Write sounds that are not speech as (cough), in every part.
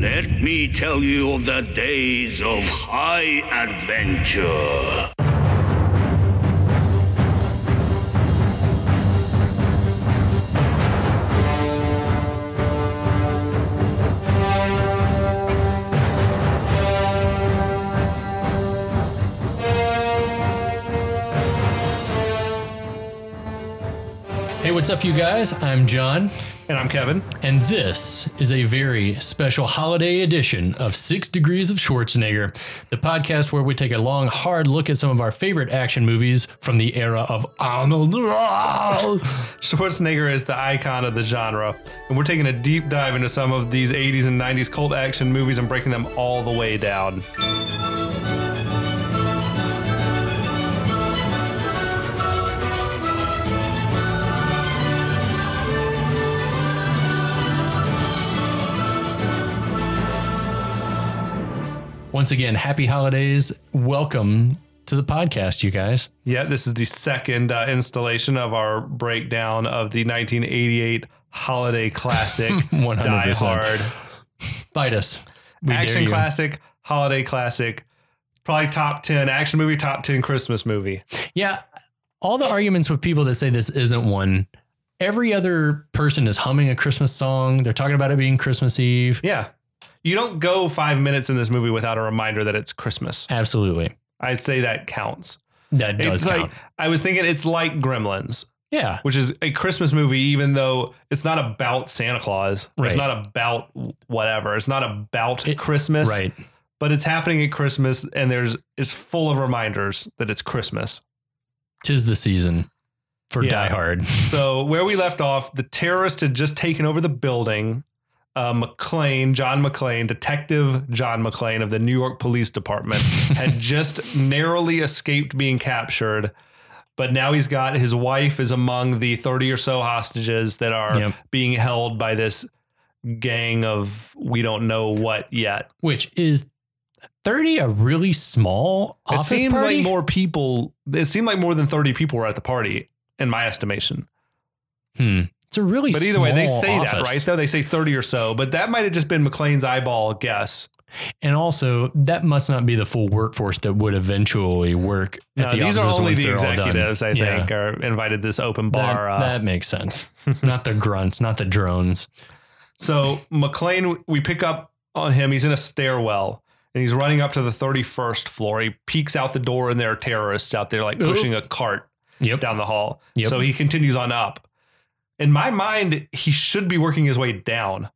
Let me tell you of the days of high adventure. Hey, what's up, you guys? I'm John, And I'm Kevin. and this is a very special holiday edition of Six Degrees of Schwarzenegger, the podcast where we take a long, hard look at some of our favorite action movies from the era of Arnold. Schwarzenegger is the icon of the genre, and we're taking a deep dive into some of these 80s and 90s cult action movies and breaking them all the way down. Once again, happy holidays. Welcome to the podcast, you guys. Yeah, this is the second uh, installation of our breakdown of the 1988 holiday (laughs) classic, 100%. Die Hard. Fight us. We dare action you. classic, holiday classic, probably top 10 action movie, top 10 Christmas movie. Yeah. All the arguments with people that say this isn't one, every other person is humming a Christmas song. They're talking about it being Christmas Eve. Yeah. You don't go five minutes in this movie without a reminder that it's Christmas. Absolutely. I'd say that counts. That does it's count. like I was thinking it's like Gremlins, yeah. which is a Christmas movie, even though it's not about Santa Claus. or Right. It's not about whatever. It's not about It- Christmas. Right. But it's happening at Christmas and there's it's full of reminders that it's Christmas. Tis the season for Yeah. Die Hard. (laughs) So where we left off, the terrorist had just taken over the building. Uh, McLean, John McLean, Detective John McLean of the New York Police (laughs) Department, had just narrowly escaped being captured. But now he's got his wife is among the 30 or so hostages that are Yep. being held by this gang of we don't know what yet. Which is 30 a really small office it seems party? like more people, it seemed like more than 30 people were at the party, in my estimation. Hmm. It's a really But either way, they small say that, office. right? Though they say 30 or so, but that might have just been McLean's eyeball guess. And also, that must not be the full workforce that would eventually work No, at the Uh, offices these are only once the they're all done. executives, I Yeah. think, are invited to this open That, bar. uh, that makes (laughs) sense. not the grunts, not the drones. So McLean, we pick up on him. He's in a stairwell and he's running up to the 31st floor. He peeks out the door and there are terrorists out there like Oh. pushing a cart Yep. down the hall. Yep. So he continues on up. In my mind, he should be working his way down,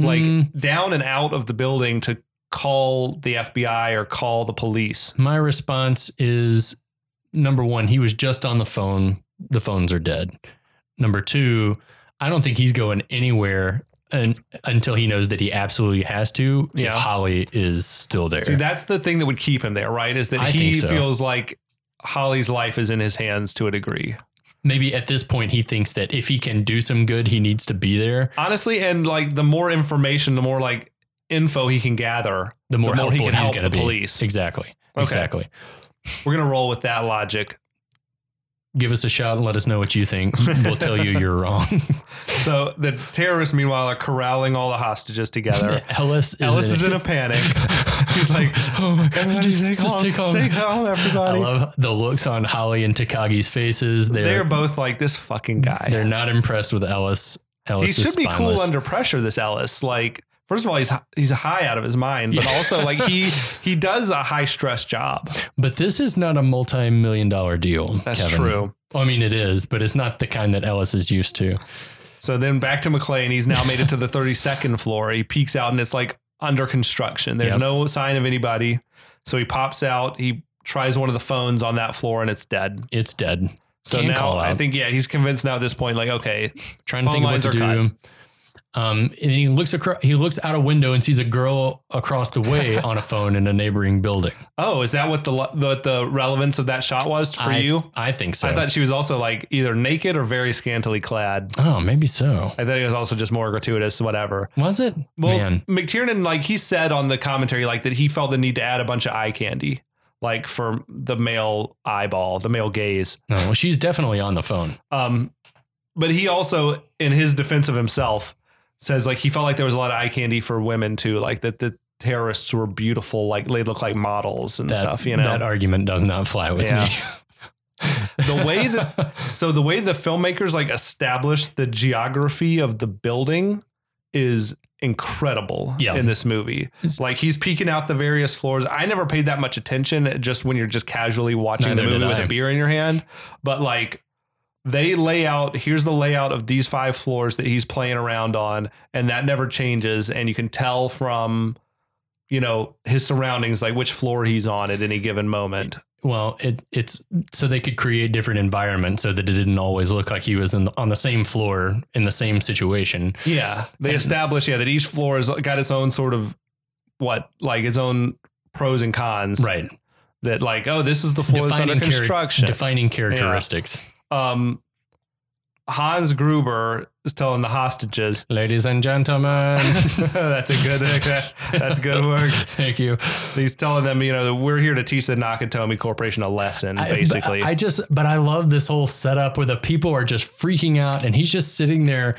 like Mm, down and out of the building to call the FBI or call the police. my response is number one, he was just on the phone. The phones are dead. Number two, I don't think he's going anywhere un until he knows that he absolutely has to. If Yeah. Holly is still there, See, that's the thing that would keep him there, right? Is that I he think so. feels like Holly's life is in his hands to a degree. maybe at this point he thinks that if he can do some good, he needs to be there. Honestly, and like the more information, the more like info he can gather, The more, the more he helpful can he's help going to the be. police. Exactly. Okay. Exactly. We're gonna roll with that logic. Give us a shot and let us know what you (laughs) think. we'll tell you you're wrong. So the terrorists, meanwhile, are corralling all the hostages together. (laughs) Ellis (laughs) is Ellis in is it. in (laughs) a panic. (laughs) He's like, oh my god, Everybody, just, stay just calm, take home. "Oh, stay calm, I everybody. love the looks on Holly and Takagi's faces. They're They're they're, both like this fucking guy. not impressed with Ellis. he Ellis is should be cool spineless. under pressure. This Ellis, like, first of all, he's he's high out of his mind, but Yeah. also like he (laughs) he does a high stress job. but this is not a multi-million dollar deal. That's Kevin. true. I mean, it is, but it's not the kind that Ellis is used to. So then back to McLean. He's now made it to the 32nd floor. He peeks out and it's like under construction. There's Yep. no sign of anybody. So he pops out. He tries one of the phones on that floor and it's dead. It's dead. So Can now call I out. think, yeah, he's convinced now at this point, like, okay, Trying to Phone think of what lines to are do. Um, and he looks across. He looks out a window and sees a girl across the (laughs) way on a phone in a neighboring building. oh, is that what the, what the relevance of that shot was for I- you? I think so. I thought she was also like either naked or very scantily clad. oh, maybe so. I thought it was also just more gratuitous, whatever. Was it? Well, Man, McTiernan, like he said on the commentary, like that he felt the need to add a bunch of eye candy, like for the male eyeball, the male gaze. no. Well, she's definitely on the phone. Um, but he also, in his defense of himself, says like he felt like there was a lot of eye candy for women too, like that the terrorists were beautiful, like they look like models and That- stuff, you know. that argument does not fly with Yeah. (laughs) me. The way (laughs) that- so the way the filmmakers like established the geography of the building is incredible Yeah. in this movie. It's- like he's peeking out the various floors. I never paid that much attention just when you're just casually watching Neither the did movie with I. a beer in your hand, but like they lay out here's the layout of these five floors that he's playing around on and that never changes and you can tell from you know his surroundings like which floor he's on at any given moment. well, it it's so they could create different environments so that it didn't always look like he was in the, on the same floor in the same situation. Yeah, they And- establish yeah that each floor has got its own sort of what like its own pros and cons. Right. That like oh this is the floor that's under char- construction. defining characteristics. um, Hans Gruber is telling the hostages. (laughs) Ladies and gentlemen. that's a good. (laughs) That's good work. Thank (laughs) you. He's telling them, you know, that we're here to teach the Nakatomi Corporation a lesson, I- basically. I, just, but I love this whole setup where the people are just freaking out and he's just sitting there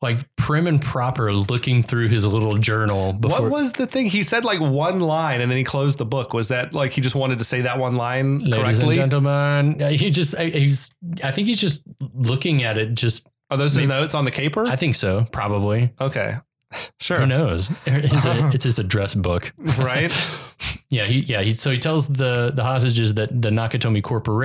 like prim and proper looking through his little journal before. what was the thing he said? Like one line, and then he closed the book. Was that like he just wanted to say that one line Ladies correctly? and gentlemen, Yeah, he just, I, he's, I think he's just looking at it. Just, Are those his notes on the caper? I think so, probably. okay, (laughs) Who sure. knows? (laughs) It's, a- it's his address book. right? (laughs) Yeah, he yeah, he so he tells the the hostages that the Nakatomi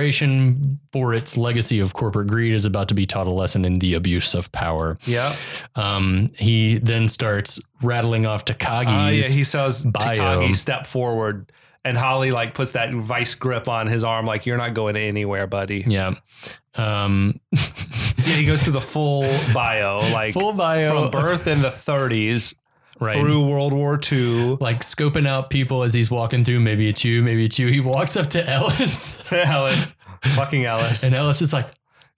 Corporation for its legacy of corporate greed is about to be taught a lesson in the abuse of power. Yeah. Um he then starts rattling off Takagi's Uh, yeah. He says bio. Takagi step forward, and Holly like puts that vice grip on his arm, like you're not going anywhere, buddy. Yeah. yeah. Um (laughs) he goes through the full bio, like full bio from birth in the 30s right. through World War (laughs) II. like scoping out people as he's walking through. Maybe it's you, maybe it's you. He walks up to (laughs) Ellis, (laughs) Alice, fucking Alice. and Ellis is like,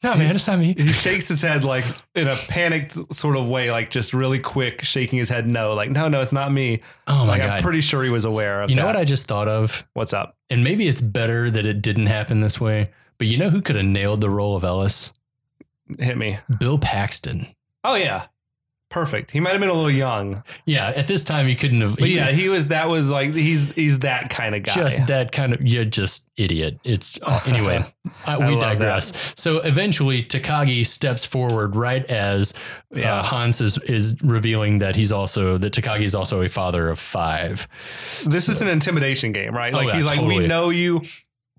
"No, man, it's not me." he shakes his head like in a panicked sort of way, like just really quick, shaking his head no, like no, no, it's not me. Oh my like god! I'm pretty sure he was aware of you know that. what I just thought of? What's up? and maybe it's better that it didn't happen this way. But you know who could have nailed the role of Ellis? Hit me. Bill Paxton. Oh yeah, perfect. He might have been a little young. Yeah, at this time he couldn't have. But he- yeah, he was. That was like he's he's that kind of guy. just that kind of you're just idiot. It's (laughs) oh, anyway. I, I we love that. digress. So eventually, Takagi steps forward right as Yeah. uh, Hans is is revealing that he's also that Takagi is also a father of five. this is an intimidation game, right? Oh, Like yeah, he's like, totally. we know you.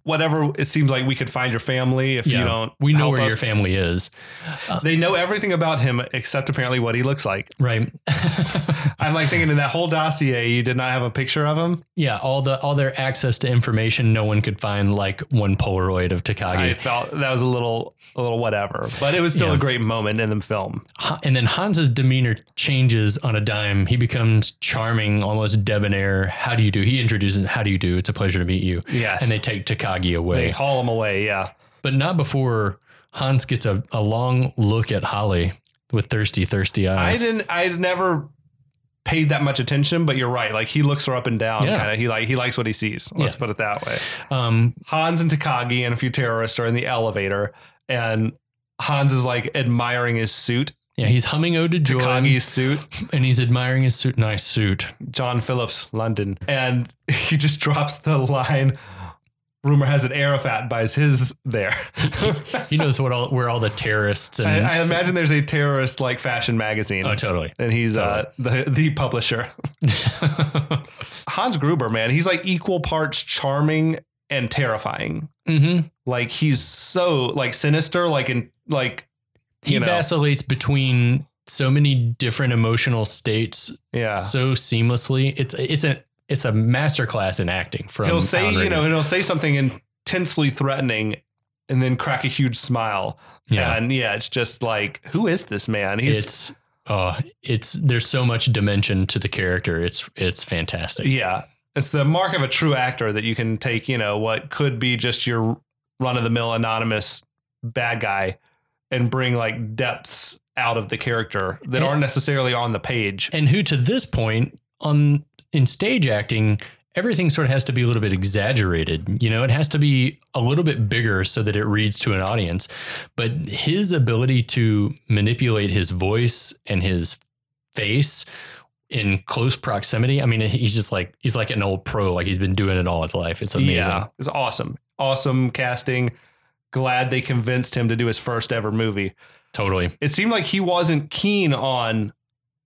Whatever it seems like, we could find your family if Yeah. you don't. We know help where us. your family is, They know everything about him except apparently what he looks like. right? (laughs) I'm like thinking in that whole dossier, you did not have a picture of him. yeah, all the all their access to information, no one could find like one Polaroid of Takagi. I felt that was a little a little whatever, but it was still Yeah. a great moment in the film. Ha- and then Hans's demeanor changes on a dime. He becomes charming, almost debonair. How do you do? He introduces, "How do you do? It's a pleasure to meet you." Yes, And they take Takagi they away, haul him away. Yeah, but not before Hans gets a, a long look at Holly with thirsty, thirsty I eyes. didn't. I never paid that much attention, but you're right. Like he looks her up and down. Yeah. Kind of. He like he likes what he sees. Let's Yeah. put it that way. Um, Hans and Takagi and a few terrorists are in the elevator, and Hans is like admiring his suit, yeah, he's humming "Ode to Joy" Takagi's suit, and he's admiring his suit. Nice suit. John Phillips, London, and (laughs) he just drops the line. Rumor has it Arafat buys his there. He knows what all where all the terrorists and I, I imagine there's a terrorist like fashion magazine, oh, totally. (laughs) and he's uh, the the publisher. Mm-hmm. Hans Gruber, man, he's like equal parts charming and terrifying. hmm Like he's so like sinister, like in like He you know. vacillates between so many different emotional states yeah. so seamlessly. It's it's a it's a masterclass in acting from he'll say Pound you know Raymond. and he'll say something intensely threatening and then crack a huge smile yeah. and yeah it's just like who is this man he's it's oh, it's there's so much dimension to the character. It's it's fantastic. yeah it's the mark of a true actor that you can take you know what could be just your run-of-the-mill anonymous bad guy and bring like depths out of the character that And- aren't necessarily on the page And who to this point on in stage acting, everything sort of has to be a little bit exaggerated. You know, it has to be a little bit bigger so that it reads to an audience. But his ability to manipulate his voice and his face in close proximity. I mean, he's just like he's like an old pro, like he's been doing it all his life. It's amazing. Yeah, it's awesome. Awesome casting. Glad they convinced him to do his first ever movie. Totally. It seemed like he wasn't keen on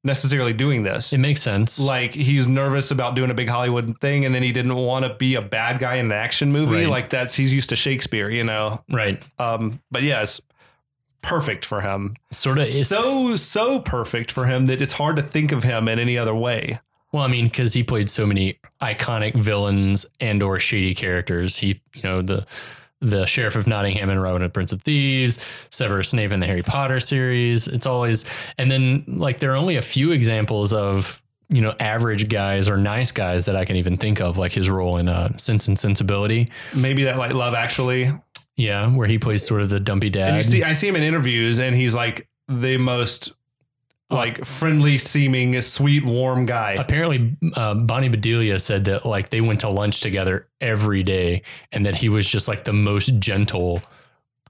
necessarily doing this. It makes sense. like he's nervous about doing a big Hollywood thing, and then he didn't want to be a bad guy in an action movie. Right. Like that's he's used to Shakespeare, you know. right. Um, but yeah, it's perfect for him. Sort of is so so perfect for him that it's hard to think of him in any other way. Well, I mean, because he played so many iconic villains and or shady characters. He, you know, the the sheriff of Nottingham and Robin Hood, Prince of Thieves, Severus Snape in the Harry Potter series. It's always and then like there are only a few examples of you know average guys or nice guys that I can even think of, like his role in uh, Sense and Sensibility. Maybe that like Love Actually. Yeah, where he plays sort of the dumpy dad. And you see, I see him in interviews, and he's like the most like friendly seeming, sweet, warm guy. Apparently, uh, Bonnie Bedelia said that like they went to lunch together every day, and that he was just like the most gentle,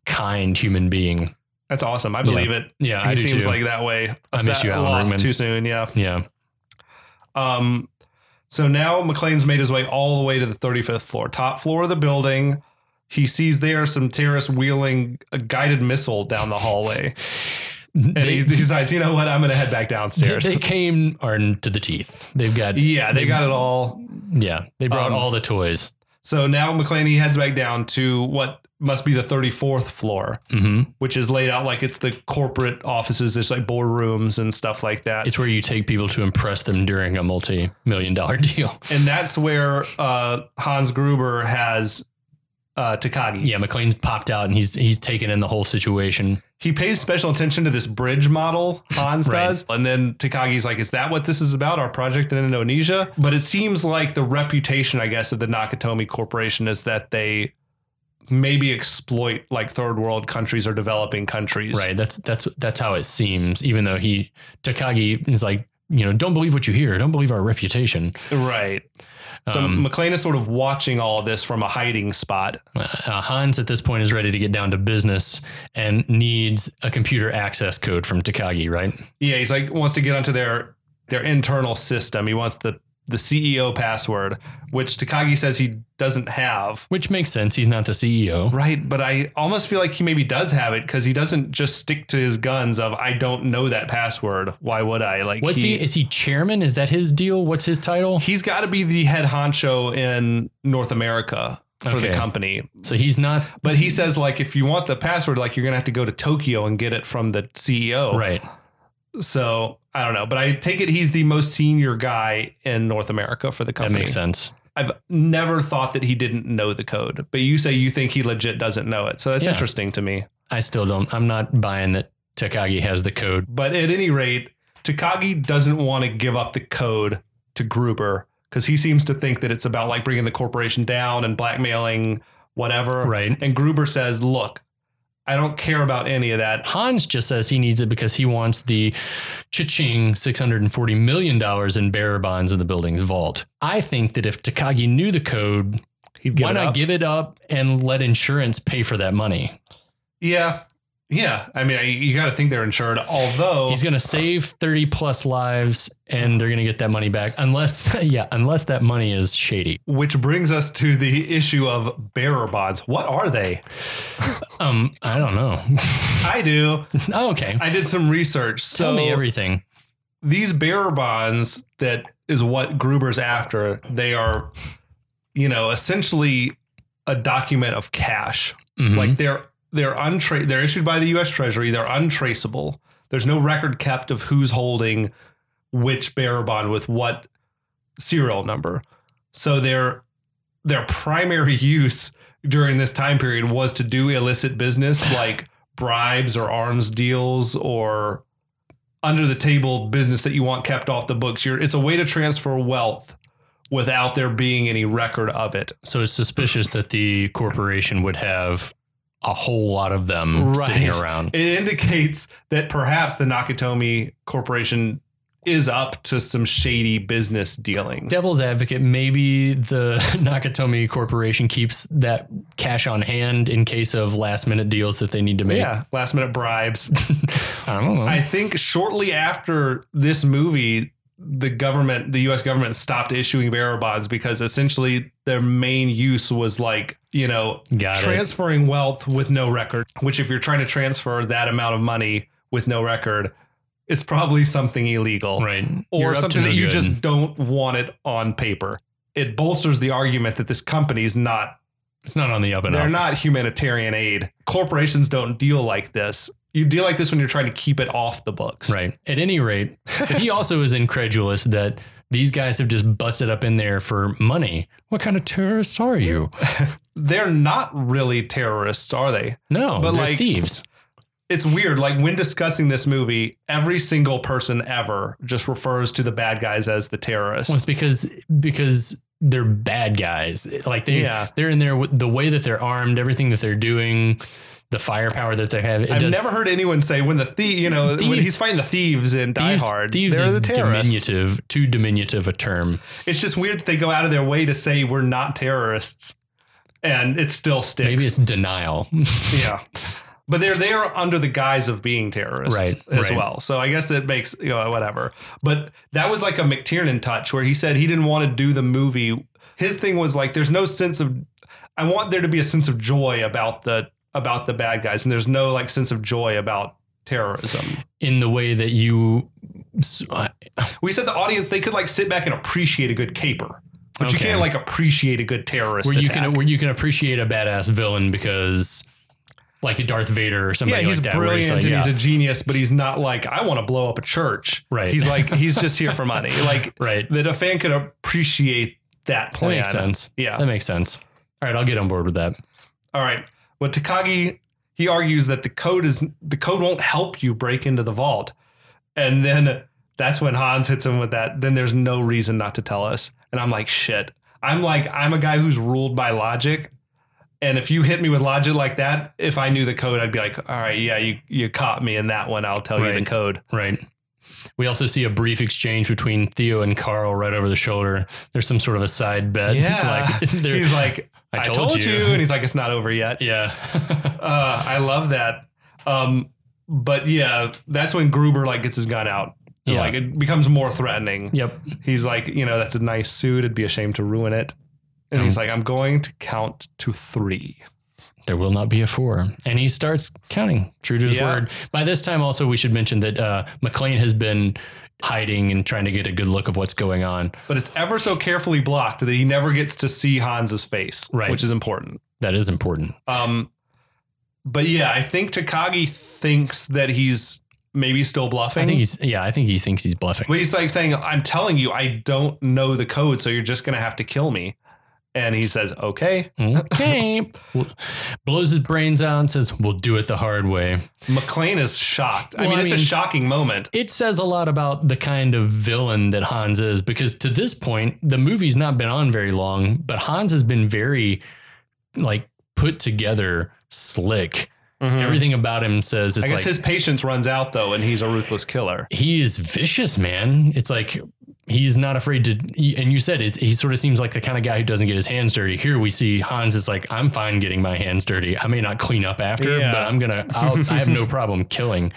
kind human being. That's awesome. I believe it. Yeah, He I do seems too. like that way. I miss you, Alan Lost Rickman. Too soon. Yeah. yeah, Um, so now McLean's made his way all the way to the 35th floor, top floor of the building. He sees there some terrorists wheeling a guided missile down the hallway. (laughs) And they, he decides, you know what? I'm going to head back they, (laughs) downstairs. they came are to the teeth. They've got yeah, they got it all. yeah. They brought Um, all the toys. So now McLean, he heads back down to what must be the 34th floor, hmm which is laid out like it's the corporate offices. There's like boardrooms and stuff like that. It's where you take people to impress them during a multi-million dollar (laughs) deal. and that's where uh, Hans Gruber has uh, Takagi. Yeah, McLean's popped out and he's he's taken in the whole situation. he pays special attention to this bridge model Hans Right. does. And then Takagi's like, is that what this is about? Our project in Indonesia? But it seems like the reputation, I guess, of the Nakatomi Corporation is that they maybe exploit like third world countries or developing countries. Right. That's that's that's how it seems. Even though he Takagi is like, you know, don't believe what you hear. Don't believe our reputation. Right. So Um, McLean is sort of watching all this from a hiding spot. Uh, Hans at this point is ready to get down to business and needs a computer access code from Takagi, right? Yeah, he's like wants to get onto their their internal system. He wants the the CEO password, which Takagi says he doesn't have. Which makes sense. He's not the E CEO. Right, but I almost feel like he maybe does have it because he doesn't just stick to his guns of I don't know that password. Why would I? Like What's he, Is he chairman? Is that his deal? What's his title? has got to be the head honcho in North America for Okay. the company. So he's not But he says like if you want the password, like you're gonna have to go to Tokyo and get it from the E CEO. right. So I don't know, but I take it he's the most senior guy in North America for the That company. makes sense. I've never thought that he didn't know the code, but you say you think he legit doesn't know it. So that's Yeah. interesting to me. I still don't. I'm not buying that Takagi has the code. But at any rate, Takagi doesn't want to give up the code to Gruber because he seems to think that it's about like bringing the corporation down and blackmailing whatever. Right. And Gruber says, "Look, I don't care about any of that. Hans just says he needs it because he wants the cha-ching $640 million in bearer bonds in the building's vault. I think that if Takagi knew the code, He'd give why it not up. give it up and let insurance pay for that money? yeah, yeah. I mean, I, you got to think they're insured. Although, He's going to save 30 plus lives and they're going to get that money back unless (laughs) yeah, unless that money is shady. which brings us to the issue of bearer bonds. What are they? Um I don't know. (laughs) I do. oh, okay. I did some research. (laughs) So Tell me everything. these bearer bonds that is what Gruber's after. They are, you know, essentially a document of cash. Mhm. Like they're they're untra- they're issued by the U.S. Treasury. They're untraceable. There's no record kept of who's holding which bearer bond with what serial number. So their their primary (laughs) use during this time period was to do illicit business like bribes or arms deals or under the table business that you want kept off the books. You're, it's a way to transfer wealth without there being any record of it. So it's suspicious that the corporation would have a whole lot of them Right. sitting around. It indicates that perhaps the Nakatomi Corporation is up to some shady business dealing. devil's advocate, maybe the (laughs) Nakatomi Corporation keeps that cash on hand in case of last minute deals that they need to make. Yeah, last minute bribes. (laughs) I don't know. I think shortly after this movie, the government, the U.S. government, stopped issuing bearer bonds because essentially their main use was like you know Got it. transferring wealth with no record. Which, if you're trying to transfer that amount of money with no record, it's probably something illegal Right. You're or up to something no that you good. just don't want it on paper. It bolsters the argument that this company's not It's not on the up and they're up. not humanitarian aid. Corporations don't deal like this. You deal like this when you're trying to keep it off the books. Right. At any (laughs) rate, but he also is incredulous that these guys have just busted up in there for money. What kind of terrorists are you? They're not really terrorists, are they? No, But they're like- thieves. It's weird. Like when discussing this movie, every single person ever just refers to the bad guys as the terrorists. Well, it's because because they're bad guys. Like they Yeah. they're in there with the way that they're armed, everything that they're doing, the firepower that they have. It I've does never heard anyone say when the thief, you know, when Thieves- he's fighting the thieves in Die thieves, Hard, thieves they're is the terrorists. diminutive, too diminutive a term. It's just weird that they go out of their way to say we're not terrorists, and it still sticks. Maybe it's denial. (laughs) yeah. But they're there under the guise of being terrorists Right, as right. well. So I guess it makes, you know, whatever. But that was like a McTiernan touch where he said he didn't want to do the movie. His thing was like, there's no sense of, I want there to be a sense of joy about the, about the bad guys. And there's no like sense of joy about terrorism. in the way that you s- uh, I- We said the audience, they could like sit back and appreciate a good caper, but you Okay. can't like appreciate a good terrorist. where you attack. can where you can appreciate a badass villain because like a Darth Vader or yeah, somebody he's like that. where brilliant he's like, and yeah, he's a genius, but he's not like I want to blow up a church. Right. He's like he's just (laughs) here for money. Like right. that a fan could appreciate that That plan. makes sense. Yeah. That makes sense. All right, I'll get on board with that. All right. Well, Takagi he argues that the code is the code won't help you break into the vault, and then that's when Hans hits him with that. Then there's no reason not to tell us. And I'm like, shit. I'm like, I'm a guy who's ruled by logic. And if you hit me with logic like that, if I knew the code, I'd be like, all right, yeah, you you caught me in that one. I'll tell you Right. the code. Right. We also see a brief exchange between Theo and Carl right over the shoulder. There's some sort of a side bet. (laughs) Yeah. like they're- he's like, I told, you. And he's like, it's not over (laughs) yet. yeah. (laughs) Uh, I love that. Um, but yeah, that's when Gruber like gets his gun out. And, Yeah. Like it becomes more threatening. yep. He's like, you know, that's a nice suit. It'd be a shame to ruin it. And Mm-hmm. he's like, I'm going to count to three. There will not be a four. And he starts counting, true to his Yeah. word. By this time, also, we should mention that uh, McLean has been hiding and trying to get a good look of what's going on. But it's ever so carefully blocked that he never gets to see Hans's face, Right. which is important. That is important. Um, but yeah, I think Takagi thinks that he's maybe still bluffing. I think he's, yeah, I think he thinks he's bluffing. But he's like saying, I'm telling you, I don't know the code, so you're just going to have to kill me. And he says, okay. Okay. (laughs) Blows his brains out and says, We'll do it the hard way. McLean is shocked. I Well, mean, I it's a mean- shocking moment. it says a lot about the kind of villain that Hans is because to this point, the movie's not been on very long, but Hans has been very like put together, slick. Everything about him says Hmm. it's I guess Mm-hmm. like his patience runs out, though, and he's a ruthless killer. he is vicious, man. It's like he's not afraid to. And you said it, he sort of seems like the kind of guy who doesn't get his hands dirty. Here we see Hans is like, I'm fine getting my hands dirty. I may not clean up after, Yeah. but I'm gonna. I'll, I have (laughs) no problem killing.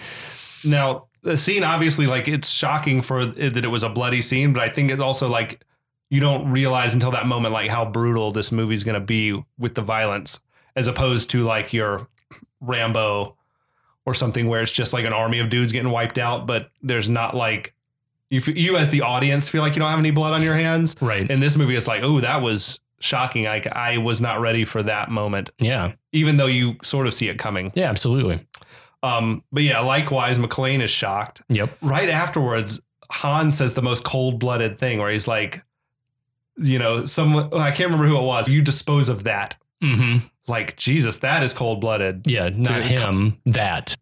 Now, the scene, obviously, like, it's shocking for uh, that it was a bloody scene, but I think it's also like you don't realize until that moment, like, how brutal this movie's going to be with the violence, as opposed to like your Rambo or something where it's just like an army of dudes getting wiped out, but there's not like you, f- you as the audience feel like you don't have any blood on your hands. Right? In this movie, it's like, oh, that was shocking. Like, I was not ready for that moment, Yeah. even though you sort of see it coming. Yeah. Absolutely. Um, but yeah, likewise, McLean is shocked Yep. right afterwards, Han says the most cold blooded thing where he's like, you know, someone, I can't remember who it was, you dispose of that. Mm-hmm. Like, Jesus, that is cold blooded. Yeah, not to- him. That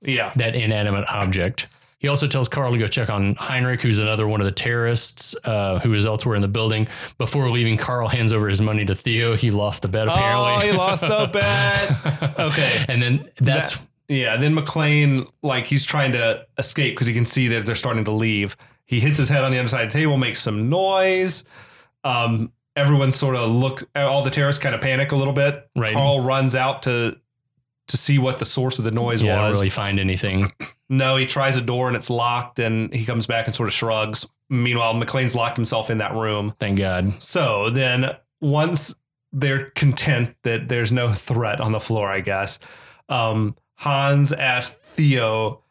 Yeah. that inanimate object. He also tells Carl to go check on Heinrich, who's another one of the terrorists uh, who is elsewhere in the building. Before leaving, Carl hands over his money to Theo. He lost the bet. Apparently, Oh, he lost the (laughs) bet. Okay. and then that's Yeah. And then McLean, like, he's trying to escape because he can see that they're starting to leave. He hits his head on the underside of the table, makes some noise. Um, everyone sort of look. All the terrorists kind of panic a little bit. Right. Carl runs out to to see what the source of the noise yeah, I don't was. really find anything. No, he tries a door and it's locked, and he comes back and sort of shrugs. Meanwhile, McLean's locked himself in that room. Thank God. So then, once they're content that there's no threat on the floor, I guess, um, Hans asked Theo,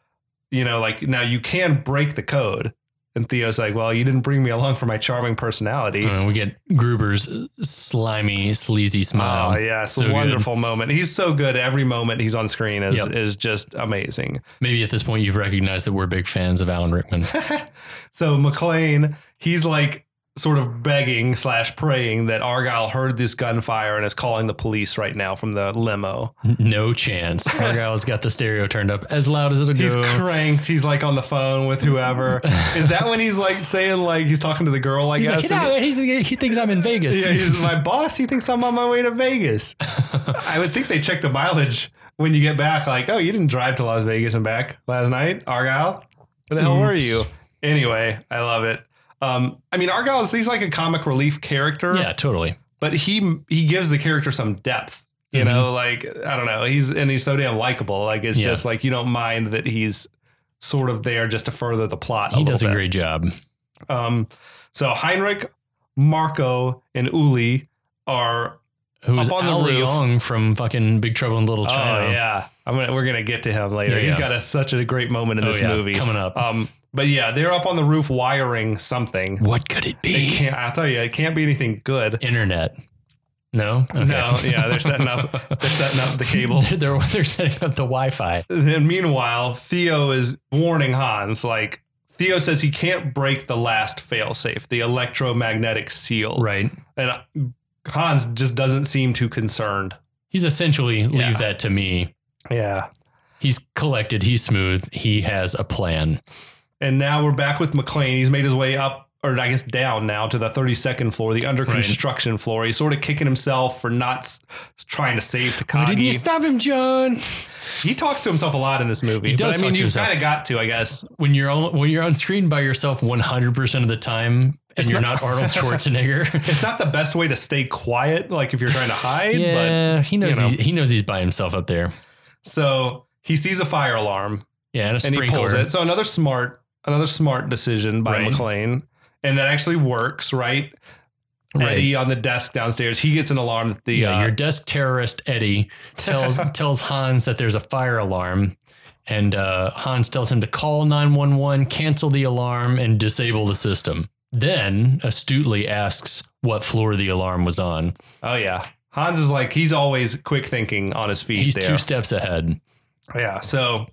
you know, like, now you can break the code. And Theo's like, well, you didn't bring me along for my charming personality. Uh, we get Gruber's slimy, sleazy smile. Oh yeah, it's Ah, so a good. wonderful moment. He's so good. Every moment he's on screen is Yep. is just amazing. Maybe at this point you've recognized that we're big fans of Alan Rickman. (laughs) so McLean, he's like sort of begging slash praying that Argyle heard this gunfire and is calling the police right now from the limo. no chance. Argyle's got the stereo turned up as loud as it'll He's go. cranked. He's like on the phone with whoever. Is that when he's like saying like he's talking to the girl? I He's like, guess. "Get And- out." He's- he thinks I'm in Vegas. yeah, he's my boss. He thinks I'm on my way (laughs) to Vegas. I would think they check the mileage when you get back. Like, oh, you didn't drive to Las Vegas and back last night, Argyle. Where the hell were Oops. you? Anyway, I love it. Um, I mean, Argyle is he's like a comic relief character, (laughs) yeah, totally. but he he gives the character some depth. You Mhm. know, like I don't know, he's and he's so damn likable. Like it's Yeah. just like you don't mind that he's sort of there just to further the plot. He a does a little bit. great job. Um, so Heinrich, Marco, and Uli are Who was Up on the Al roof. Leong from fucking Big Trouble in Little China? Oh yeah, I'm gonna we're gonna get to him later. Yeah, He's yeah. got a, such a great moment in Oh, this yeah, movie. coming up. Um, but yeah, they're up on the roof wiring something. what could it It be? can't. I tell you, it can't be anything good. Internet. No. Okay. No, (laughs) yeah, they're setting up. They're setting up the cable. they're they're setting up the Wi-Fi. Then meanwhile, Theo is warning Hans. Like Theo says, he can't break the last failsafe, the electromagnetic seal. Right. And uh, Hans just doesn't seem too concerned. He's essentially Yeah. leave that to me. Yeah. He's collected. He's smooth. He has a plan. And now we're back with McLean. He's made his way up, or I guess down now to the 32nd floor, the under Right. construction floor. He's sort of kicking himself for not s- trying to save Takagi. stop him, John? He talks to himself a lot in this movie. He does but I talk mean, to you himself. kind of got to, I guess. When you're on when you're on screen by yourself, 100 percent of the time, and It's you're not- not, (laughs) Arnold Schwarzenegger. It's not the best way to stay quiet, like if (laughs) you're trying to hide. yeah, he knows you know. he's, he knows he's by himself up there. But so he sees a fire alarm Yeah, and a and he sprinkler. pulls it. So another smart, another smart decision by Right. McLean, and that actually works, right? Right. Eddie on the desk downstairs, he gets an alarm that the yeah, uh, your desk terrorist Eddie (laughs) tells tells Hans that there's a fire alarm, and uh, Hans tells him to call 911, cancel the alarm, and disable the system. Then astutely asks what floor the alarm was on. Oh yeah. Hans is like he's always quick thinking on his feet He's there. two steps ahead. yeah. So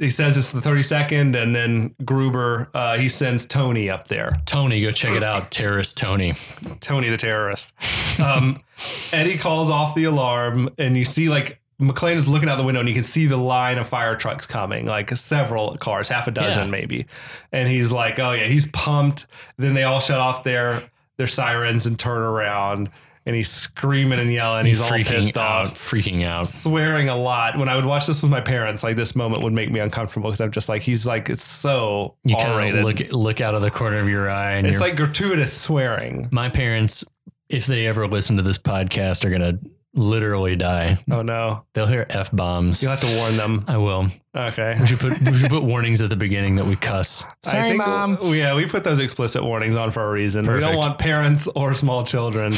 he says it's the 32nd and then Gruber uh, he sends Tony up there. Tony, go check it out, terrorist Tony. Tony the terrorist. Um, (laughs) Eddie calls off the alarm and you see like McLean is looking out the window and you can see the line of fire trucks coming, like several cars, half a dozen Yeah. maybe. And he's like, "Oh yeah, he's pumped." Then they all shut off their their sirens and turn around, and he's screaming and yelling. He's, all pissed out, off. freaking out. swearing a lot. When I would watch this with my parents, like this moment would make me uncomfortable because I'm just like, he's like, it's so You kind R-rated. of look look out of the corner of your eye, and it's you're, like gratuitous swearing. my parents, if they ever listen to this podcast, are gonna literally die. Oh no, They'll hear f bombs. you'll have to warn them. I will. (laughs) Okay. We should put we should put warnings at the beginning that we cuss. I think, Yeah, we put those explicit warnings on for a reason. We don't Perfect. want parents or small (laughs) children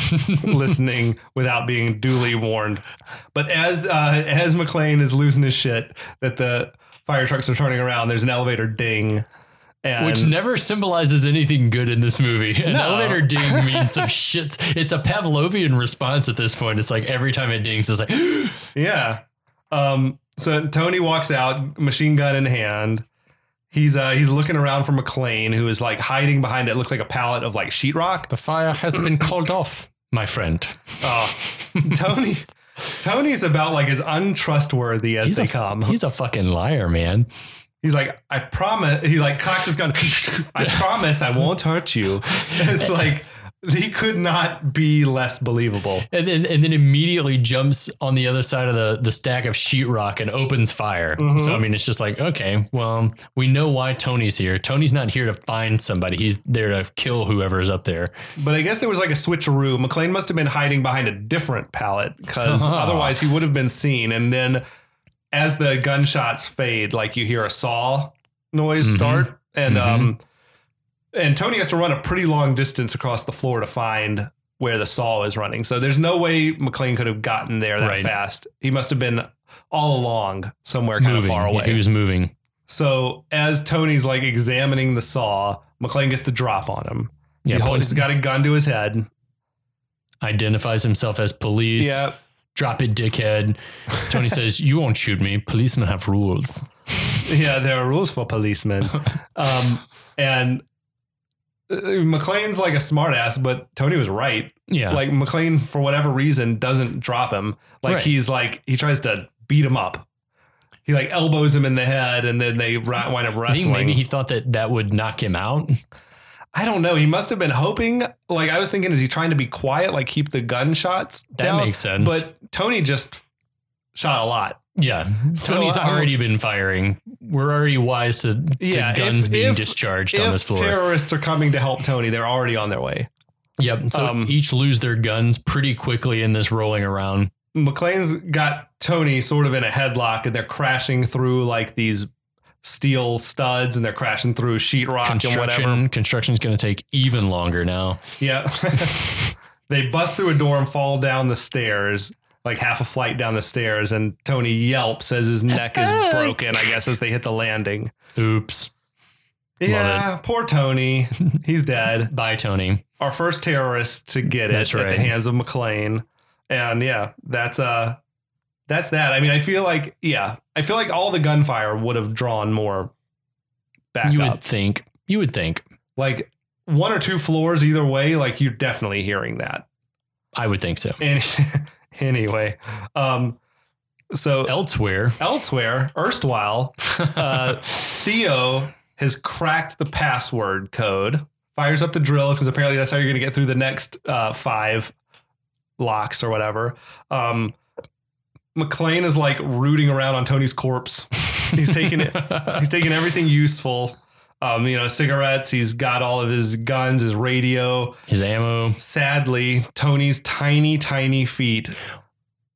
listening without being duly warned. But as uh, as McLean is losing his shit that the fire trucks are turning around, there's an elevator ding, and Which never symbolizes anything good in this movie. An No. elevator (laughs) ding means some shit. It's a Pavlovian response at this point. It's like every time it dings, it's like, (gasps) Yeah. Um, so Tony walks out, machine gun in hand. He's uh, he's looking around for McLean, who is like hiding behind it. Looks like a pallet of like sheetrock. the fire has been called off, my friend. Oh, (laughs) Tony, Tony's about like as untrustworthy as He's they a, come. He's, he's a fucking liar, man. like, (laughs) I promise. He like cocks his gun. I promise I won't hurt you. It's like He could not be less believable. And, and, and then immediately jumps on the other side of the, the stack of sheetrock and opens fire. Mhm. So, I mean, it's just like, okay, well, we know why Tony's here. Tony's not here to find somebody, he's there to kill whoever's up there. But I guess there was like a switcheroo. McLean must have been hiding behind a different pallet (laughs) because Uh-huh. otherwise he would have been seen. And then as the gunshots fade, like you hear a saw noise Mhm. start, and Mhm. um, and Tony has to run a pretty long distance across the floor to find where the saw is running. So there's no way McLean could have gotten there that Right. fast. He must have been all along somewhere kind moving. of far He- away. He was moving. So as Tony's like examining the saw, McLean gets the drop on him. Yeah, he holds, points- he's got a gun to his head. identifies himself as police. Yeah. Drop it, dickhead. (laughs) Tony says, You won't shoot me. Policemen have rules. Yeah, there are rules for policemen. (laughs) Um, and uh, McLean's like a smartass, but Tony was right. Yeah. Like McLean, for whatever reason, doesn't drop him. Like Right. he's like he tries to beat him up. He like elbows him in the head, and then they ri- wind up I think wrestling. maybe he thought that that would knock him out. I don't know. He must have been hoping. Like I was thinking, is he trying to be quiet, like keep the gunshots That down? makes sense. But Tony just shot a lot. yeah. So uh, Tony's I- already been firing. We're already wise to, to Yeah, if- guns being if- discharged on this If floor. terrorists are coming to help Tony, they're already on their way. yep. So um, each lose their guns pretty quickly in this rolling around. McLean's got Tony sort of in a headlock and they're crashing through like these steel studs and they're crashing through sheetrock and whatever. Construction construction's going to take even longer now. Yeah. (laughs) they bust through a door and fall down the stairs, like half a flight down the stairs. And Tony yelps as his (laughs) neck is broken, I guess, as they hit the landing. Oops. Yeah, poor Tony. He's dead. Bye, Tony. Our first terrorist to get it That's at right. the hands of McLean. And yeah, that's uh that's that. I mean, I feel like yeah, I feel like all the gunfire would have drawn more back you up. would think. You would think. Like one or two floors either way, like you're definitely hearing that. (laughs) I would think so. And anyway, um so Elsewhere, elsewhere, erstwhile, uh, Theo has cracked the password code, fires up the drill because apparently that's how you're going to get through the next uh, five locks or whatever. Um, McLean is like rooting around on Tony's corpse. He's (laughs) taking it. He's taking everything useful. Um, you know, cigarettes. He's got all of his guns, his radio. his ammo. Sadly, Tony's tiny, tiny feet.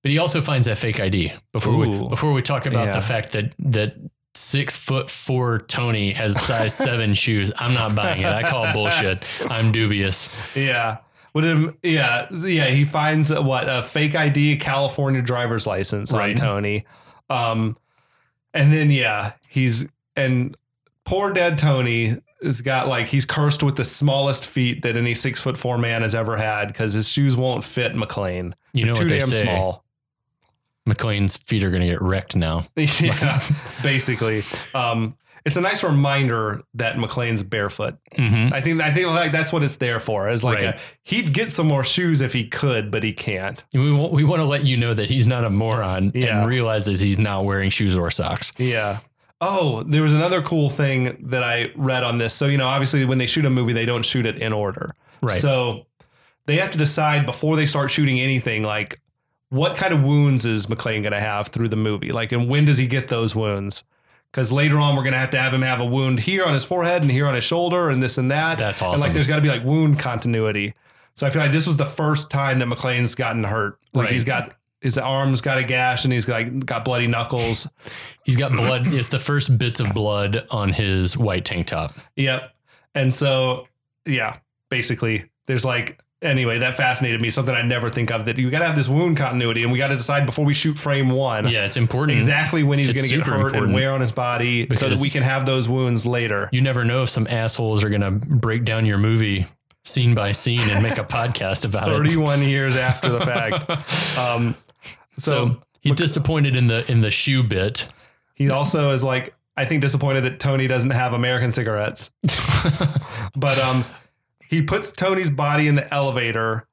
But he also finds that fake ID before we Ooh. before we talk about Yeah. the fact that that six foot four Tony has (laughs) size seven shoes. I'm not buying it. I call bullshit. I'm dubious. Yeah. Would him, yeah, yeah. He finds a, what a fake ID, a California driver's license Right. on Tony, um, and then yeah, he's and poor dead Tony has got like he's cursed with the smallest feet that any six foot four man has ever had because his shoes won't fit McLean. You know Too what they damn say. small. (laughs) McLean's feet are gonna get wrecked now. yeah, basically. Um, it's a nice reminder that McLean's barefoot. hmm I think I think like that's what it's there for. Is like Right. a, he'd get some more shoes if he could, but he can't. We wa- we want to let you know that he's not a moron Yeah. and realizes he's not wearing shoes or socks. Yeah. Oh, there was another cool thing that I read on this. So, you know, obviously when they shoot a movie, they don't shoot it in order. Right. So they have to decide before they start shooting anything, like what kind of wounds is McLean going to have through the movie? Like, and when does he get those wounds? Because later on, we're going to have to have him have a wound here on his forehead and here on his shoulder and this and that. That's And awesome. like, there's got to be like wound continuity. So I feel like this was the first time that McLean's gotten hurt. Like Right. he's got his arms got a gash and he's like got bloody knuckles. he's got blood. It's the first bits of blood on his white tank top. Yep. And so, yeah, basically, there's like, anyway, that fascinated me. Something I never think of that you got to have this wound continuity and we got to decide before we shoot frame one Yeah, it's important. exactly when he's It's going to get super hurt important. and where on his body so that Because- we can have those wounds later. you never know if some assholes are going to break down your movie scene by scene and (laughs) make a podcast about it. 31 years after (laughs) the fact. Um, so, so he's disappointed in the in the shoe bit. he also is like, I think disappointed that Tony doesn't have American cigarettes. (laughs) But um, he puts Tony's body in the elevator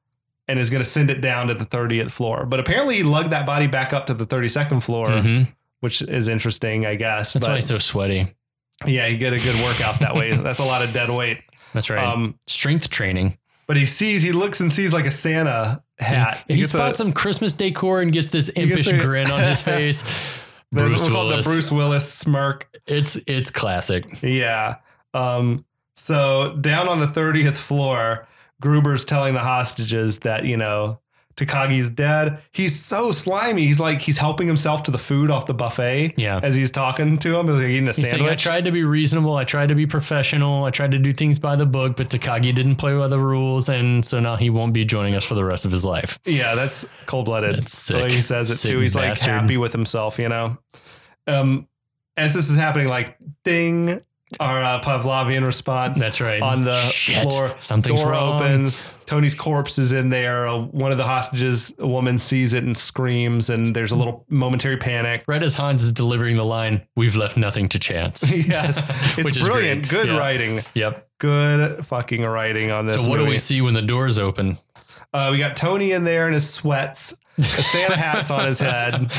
and is going to send it down to the 30th floor. But apparently, he lugged that body back up to the 32nd floor, Mhm. which is interesting, I guess. That's but why he's so sweaty. (laughs) yeah, you get a good workout that way. That's a lot of dead weight. That's right. Um, Strength training. But he sees, he looks and sees like a Santa hat. He, gets a- spots some Christmas decor and gets this gets impish a- grin on (laughs) his face. that's Bruce what's called Willis. the Bruce Willis smirk. It's it's classic. Yeah. Um, so down on the 30th floor, Gruber's telling the hostages that, you know, Takagi's dead. He's so slimy. He's like, he's helping himself to the food off the buffet Yeah. as he's talking to him. He's like eating a He's saying, I sandwich. tried to be reasonable. I tried to be professional. I tried to do things by the book, but Takagi didn't play by the rules. And so now he won't be joining us for the rest of his life. Yeah, that's cold blooded. That's The way sick. he says it Sick too. He's bastard. like happy with himself, you know. Um, as this is happening, like ding, our uh, Pavlovian response That's right. on the Shit. floor. Something's Door wrong. opens. Tony's corpse is in there. Uh, One of the hostages, a woman sees it and screams, and there's a little momentary (laughs) panic. (laughs) Right as Hans is delivering the line, we've left nothing to chance. (laughs) (laughs) yes, Which it's is brilliant. great. Good Yeah. writing. Yep. Good fucking writing on this. so what do movie. we see when the doors open? Uh, we got Tony in there in his sweats, a Santa hat's on (laughs) his head,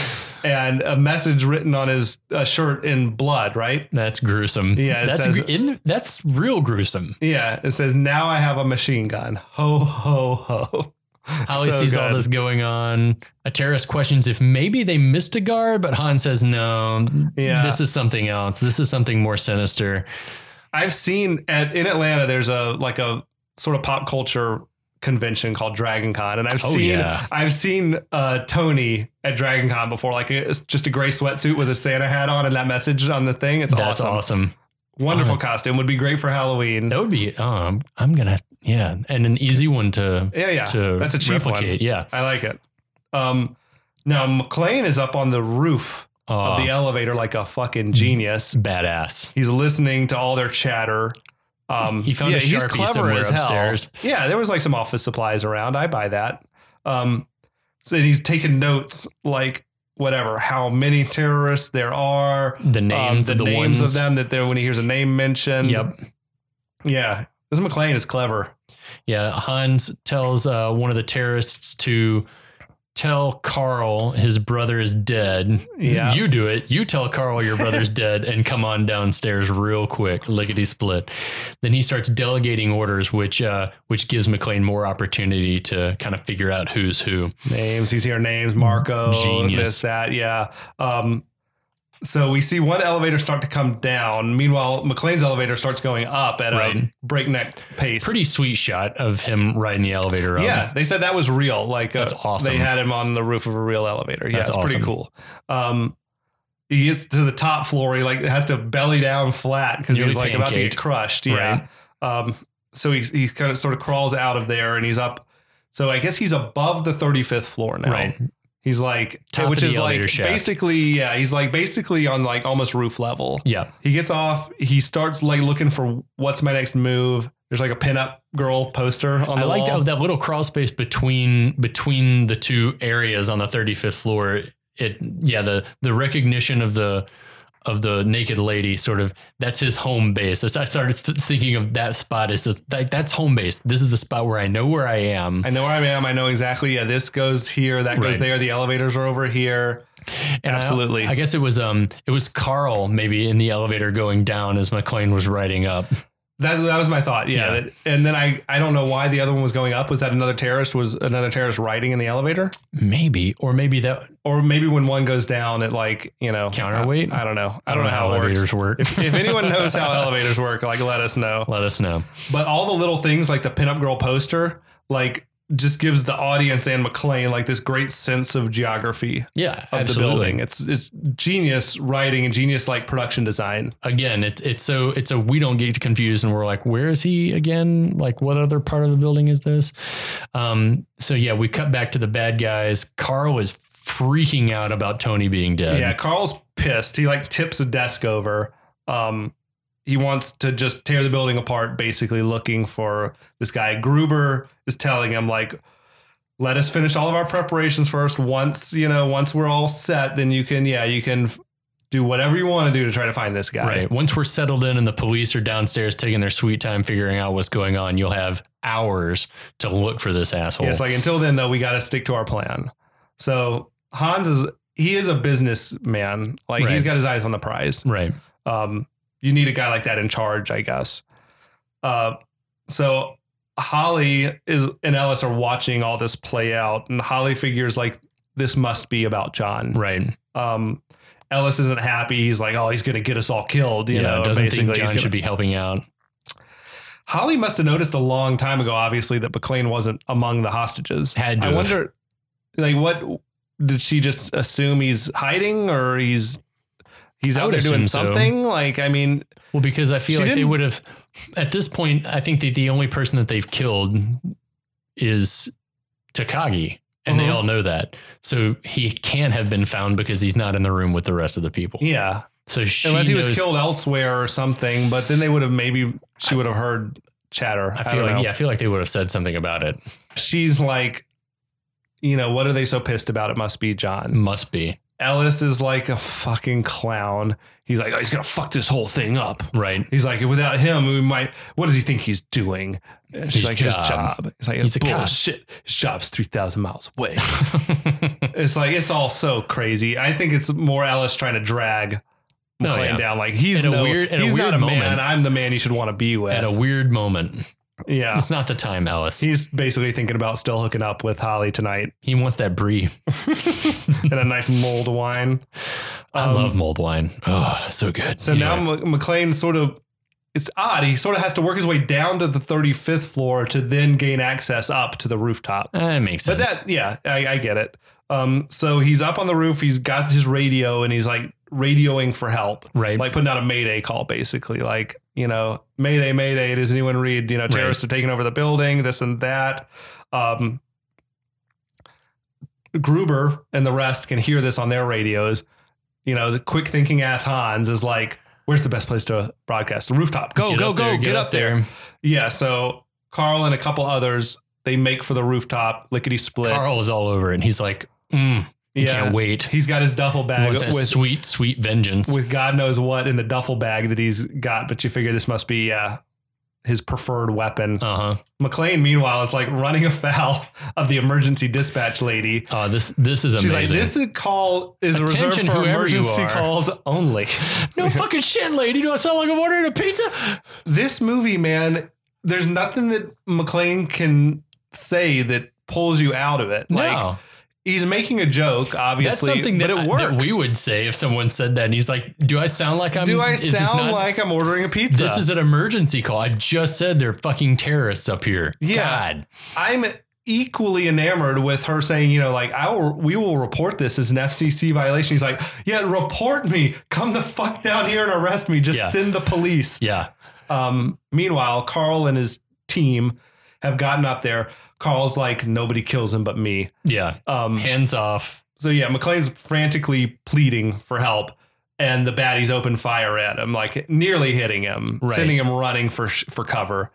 and a message written on his uh, shirt in blood. Right? That's gruesome. Yeah, it That's says- gr- in, that's real gruesome. Yeah. It says, "Now I have a machine gun." Ho ho ho. Holly So sees all good. this going on. A terrorist questions if maybe they missed a guard, but Han says no. Yeah. This is something else. This is something more sinister. I've seen at in Atlanta. There's a like a sort of pop culture convention called Dragon Con, and I've Oh, seen yeah. I've seen uh, Tony at Dragon Con before, like it's just a gray sweatsuit with a Santa hat on and that message on the thing. It's That's awesome. awesome. Wonderful costume. Would be great for Halloween. That would be. Oh, I'm, I'm gonna. Have, yeah, and an easy one to Yeah, yeah. to That's a cheap replicate. one. Yeah. I like it. Um, now McLean is up on the roof Oh, of the elevator like a Mm-hmm. fucking genius. badass. He's listening to all their chatter. Um, He found a he's Sharpie clever somewhere as hell. upstairs. Yeah, there was like some office supplies around. I buy that. Um, so he's taking notes like whatever, how many terrorists there are, The um, names the of the names ones. of them that there when he hears a name mentioned. Yep. Yeah. This McLean is clever. Yeah, Hans tells uh, one of the terrorists to tell Carl his brother is dead. Yeah. You do it. You tell Carl your (laughs) brother's dead and come on downstairs real quick, lickety split. Then he starts delegating orders, which uh, which gives McLean more opportunity to kind of figure out who's who. names. He's here names, Marco, Genius. this, that, yeah. Um, so we see one elevator start to come down. Meanwhile, McLean's elevator starts going up at a Right. breakneck pace. Pretty sweet shot of him riding the elevator up. yeah, they said that was real. Like uh, That's awesome. They had him on the roof of a real elevator. Yeah, That's it's pretty awesome. cool. Um, he gets to the top floor. He like has to belly down flat because Nearly he's like about to get pancaked. crushed. Yeah. Um, so he he kind of sort of crawls out of there and he's up. So I guess he's above the 35th floor now. Right. He's like, Top which of the is like elevator shaft. basically, yeah, he's like basically on like almost roof level. Yeah. He gets off, he starts like looking for what's my next move. There's like a pinup girl poster on the I like wall. that, that little crawl space between between the two areas on the 35th floor. It yeah, the the recognition of the of the naked lady sort of that's his home base. As I started th- thinking of that spot as just, like that's home base. This is the spot where I know where I am. I know where I am. I know exactly. Yeah, this goes here, that goes Right. there. The elevators are over here. And I- absolutely. I, guess it was um it was Carl maybe in the elevator going down as McLean was riding up. That, that was my thought. Yeah. Yeah. That, and then I, I don't know why the other one was going up. Was that another terrorist? Was another terrorist riding in the elevator? Maybe or maybe that Or maybe when one goes down, it like, you know, Counterweight? I, I don't know. I don't, know how, it works. elevators work. if, (laughs) if anyone (laughs) knows how elevators work, like let us know. Let us know. But all the little things like the pinup girl poster, like just gives the audience and McLean like this great sense of geography Yeah, of the building. It's it's genius writing and genius like production design. again, it's it's so it's so we don't get confused and we're like, where is he again? Like, what other part of the building is this? Um, so yeah, we cut back to the bad guys. Carl is freaking out about Tony being dead. yeah, Carl's pissed. He like tips a desk over. Um he wants to just tear the building apart, basically looking for this guy. Gruber is telling him like let us finish all of our preparations first. Once, you know, once we're all set, then you can, yeah, you can f- do whatever you want to do to try to find this guy. Right. Once we're settled in and the police are downstairs taking their sweet time figuring out what's going on, you'll have hours to look for this asshole. Yeah, it's like until then though, we got to stick to our plan. So Hans is he is a businessman. Like Right. he's got his eyes on the prize. right. Um, you need a guy like that in charge, I guess. Uh, so Holly is and Ellis are watching all this play out, and Holly figures like this must be about John. Right. Um, Ellis isn't happy. He's like, oh, he's going to get us all killed. You yeah. know, doesn't uh, basically, think John He's gonna- should be helping out. Holly must have noticed a long time ago, obviously, that McLean wasn't among the hostages. Had to I have. wonder, like, what did she just assume he's hiding or he's he's I out would there doing assume so. something? Like, I mean, Well, because I feel She like they didn't- would have, at this point, I think that the only person that they've killed is Takagi, and they Mhm. all know that. So he can't have been found because he's not in the room with the rest of the people. yeah, So she unless he was knows- killed elsewhere or something. But then they would have maybe she would have heard chatter. I feel don't like know. yeah, I feel like they would have said something about it. she's like, you know, what are they so pissed about? It must be John. Must be Ellis is like a fucking clown. He's like, oh, he's gonna fuck this whole thing up. right. (laughs) He's like, without him, we might. What does he think he's doing? And She's His like, his job. job. It's like, He's a cop. bullshit. His job's three thousand miles away. it's like it's all so crazy. I think it's more Ellis trying to drag Oh, McClane yeah. down. Like he's In a no, weird- in a he's weird not a man. moment. I'm the man you should want to be with. At a weird moment, yeah, it's not the time, Ellis. he's basically thinking about still hooking up with (laughs) Holly tonight He wants that brie. and a nice mulled wine. I Um, love mold wine. Oh, so good. So Anyway. now Mc- McLean sort of it's odd. He sort of has to work his way down to the 35th floor to then gain access up to the rooftop. Eh, it makes But sense. that yeah, I, I get it. Um, so he's up on the roof. He's got his radio and he's like radioing for help, right. like putting out a mayday call, basically. Like you know, mayday, mayday. Does anyone read? You know, terrorists are taking over the building. This and that. Um, Gruber and the rest can hear this on their radios. You know, the quick thinking ass Hans is like, "Where's the best place to broadcast? The rooftop. Go, Get go, up go! there, get, up there. Yeah. So Carl and a couple others they make for the rooftop, lickety split. Carl was all over it. And he's like, mm, he yeah, can't wait. he's got his duffel He bag wants that with sweet, sweet vengeance. with God knows what in the duffel bag that he's got, but you figure this must be uh, his preferred weapon. uh huh. McLean, meanwhile, is like running afoul of the emergency dispatch lady. Uh, this this is She's amazing. like, this is call is Attention, reserved for whoever you emergency are." calls only. (laughs) no fucking shit, lady. Do I sound like I'm ordering a pizza? this movie, man, there's nothing that McLean can say that pulls you out of it. Like no, he's making a joke, obviously, that's something that, but it I- works. that we would say if someone said that. And he's like, "Do I sound like I'm? Do I is it sound not- like I'm ordering a pizza? This is an emergency call. I just said they're fucking terrorists up here. Yeah. God. I'm equally enamored with her saying, you know, like I will, we will report this as an FCC violation. He's like, yeah, report me. Come the fuck down here and arrest me. Just Yeah. send the police. Yeah. Um, meanwhile, Carl and his team have gotten up there. Carl's like, nobody kills him but me. Yeah. Um, Hands off. so yeah, McLean's frantically pleading for help. And the baddies open fire at him, like nearly hitting him, Right. sending him running for sh- for cover.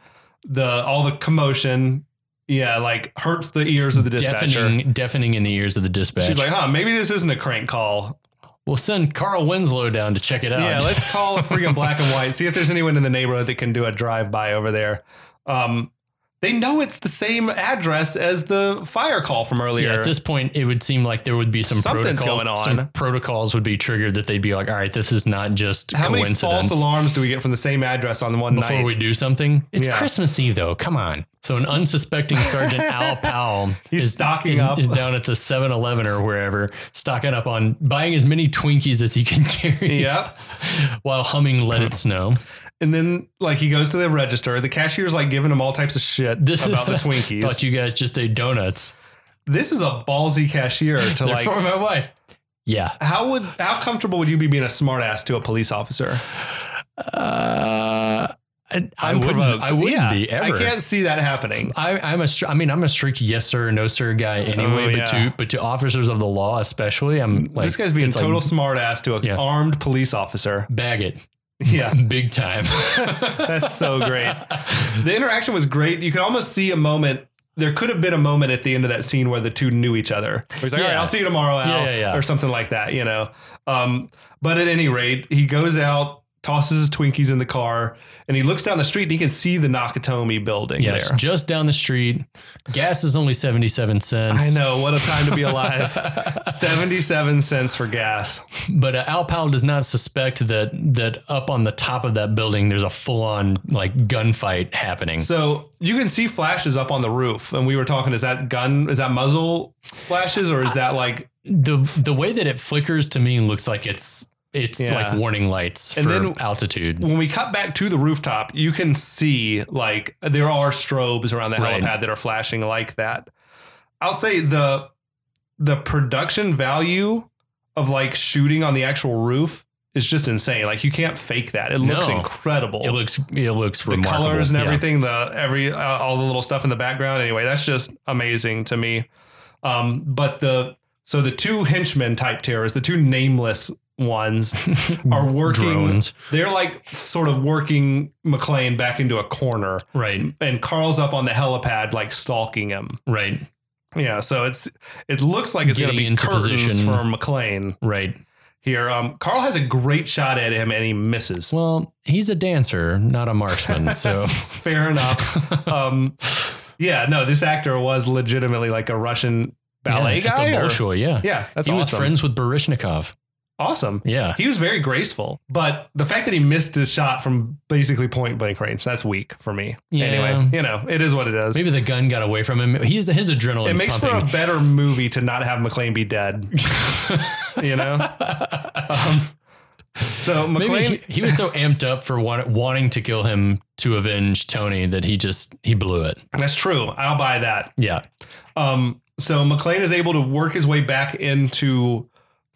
The all the commotion, yeah, like hurts the ears of the dispatcher. Deafening, deafening in the ears of the dispatch. She's like, huh, maybe this isn't a crank call. we'll send Carl Winslow down to check it out. Yeah, let's call a freaking black and white. See if there's anyone in the neighborhood that can do a drive by over there. Um, they know it's the same address as the fire call from earlier. Yeah, at this point, it would seem like there would be some Something's protocols. going on. Some protocols would be triggered that they'd be like, "All right, this is not just How many coincidence." false alarms do we get from the same address on the one Before night? we do something, it's Yeah. Christmas Eve though. Come on. So an unsuspecting (laughs) Sergeant Al Powell He's is stocking is, up. is down at the 7-Eleven or wherever, stocking up on buying as many Twinkies as he can (laughs) carry. Yep. While humming "Let It Snow." And then like he goes to the register. The cashier's like giving him all types of shit This is- about (laughs) the Twinkies. Thought you guys just ate donuts. this is a ballsy cashier to They're like for my wife. Yeah. how would how comfortable would you be being a smartass to a police officer? Uh, and I wouldn't. I wouldn't Yeah, be ever. I can't see that happening. I, I'm a, str- I mean, I'm a strict yes sir, no sir guy anyway. Oh, but yeah. to, but to officers of the law, especially, I'm like this guy's being it's total Like, smart ass to an Yeah. armed police officer. bag it, (laughs) (laughs) Yeah. big time. That's so great. The interaction was great. You could almost see a moment. There could have been a moment at the end of that scene where the two knew each other. Where He's like, all right, Yeah. I'll see you tomorrow, Al, Yeah, yeah, yeah. or something like that, you know. Um, but at any rate, he goes out tosses his Twinkies in the car, and he looks down the street and he can see the Nakatomi building Yeah, it's there. just down the street. Gas is only 77 I cents. know, what a time to be (laughs) alive. 77 cents for gas. But uh, Al Powell does not suspect that that up on the top of that building there's a full-on like gunfight happening. So you can see flashes up on the roof. And we were talking, is that gun, is that muzzle flashes or is that like, the the way that it flickers to me looks like it's it's Yeah. like warning lights And for then- altitude. when we cut back to the rooftop, you can see like there are strobes around the Right. helipad that are flashing like that. I'll say the the production value of like shooting on the actual roof is just insane. Like you can't fake that. It looks No. incredible. It looks it looks the remarkable. colors and Yeah. everything, the every uh, all the little stuff in the background. Anyway, that's just amazing to me. Um, but the so the two henchmen type terrors, the two nameless ones, are working. drones. They're like sort of working McLean back into a corner, Right, and Carl's up on the helipad, like stalking him. right, Yeah, so it's it looks like it's going to Getting be into curtains position. for McLean right. here. Um, Carl has a great shot at him, and he misses. Well, he's a dancer, not a (laughs) marksman. So Fair (laughs) enough. um yeah no this actor was legitimately like a russian ballet yeah, at guy the or- Bolshoi, yeah. yeah that's he was awesome. friends with Barishnikov. awesome Yeah. he was very graceful but the fact that he missed his shot from basically point blank range that's weak for me Yeah. anyway you know it is what it is Maybe the gun got away from him. He's his adrenaline. it makes for a pumping. better movie to not have mclean be dead (laughs) you know um, so mclean Maybe he, he was so amped up for want, wanting to kill him to avenge Tony that he just he blew it. that's true i'll buy that Yeah, Um, so McLean is able to work his way back into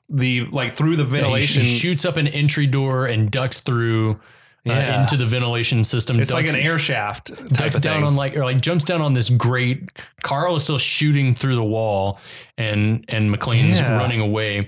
the like through Yeah, the he sh- ventilation. he shoots up an entry door and ducks through uh, Yeah. into the ventilation system. it's like ducks- an air shaft. Type ducks of down thing. on like or like jumps down on this grate. Carl is still shooting through the wall, and and McLean's Yeah. running away,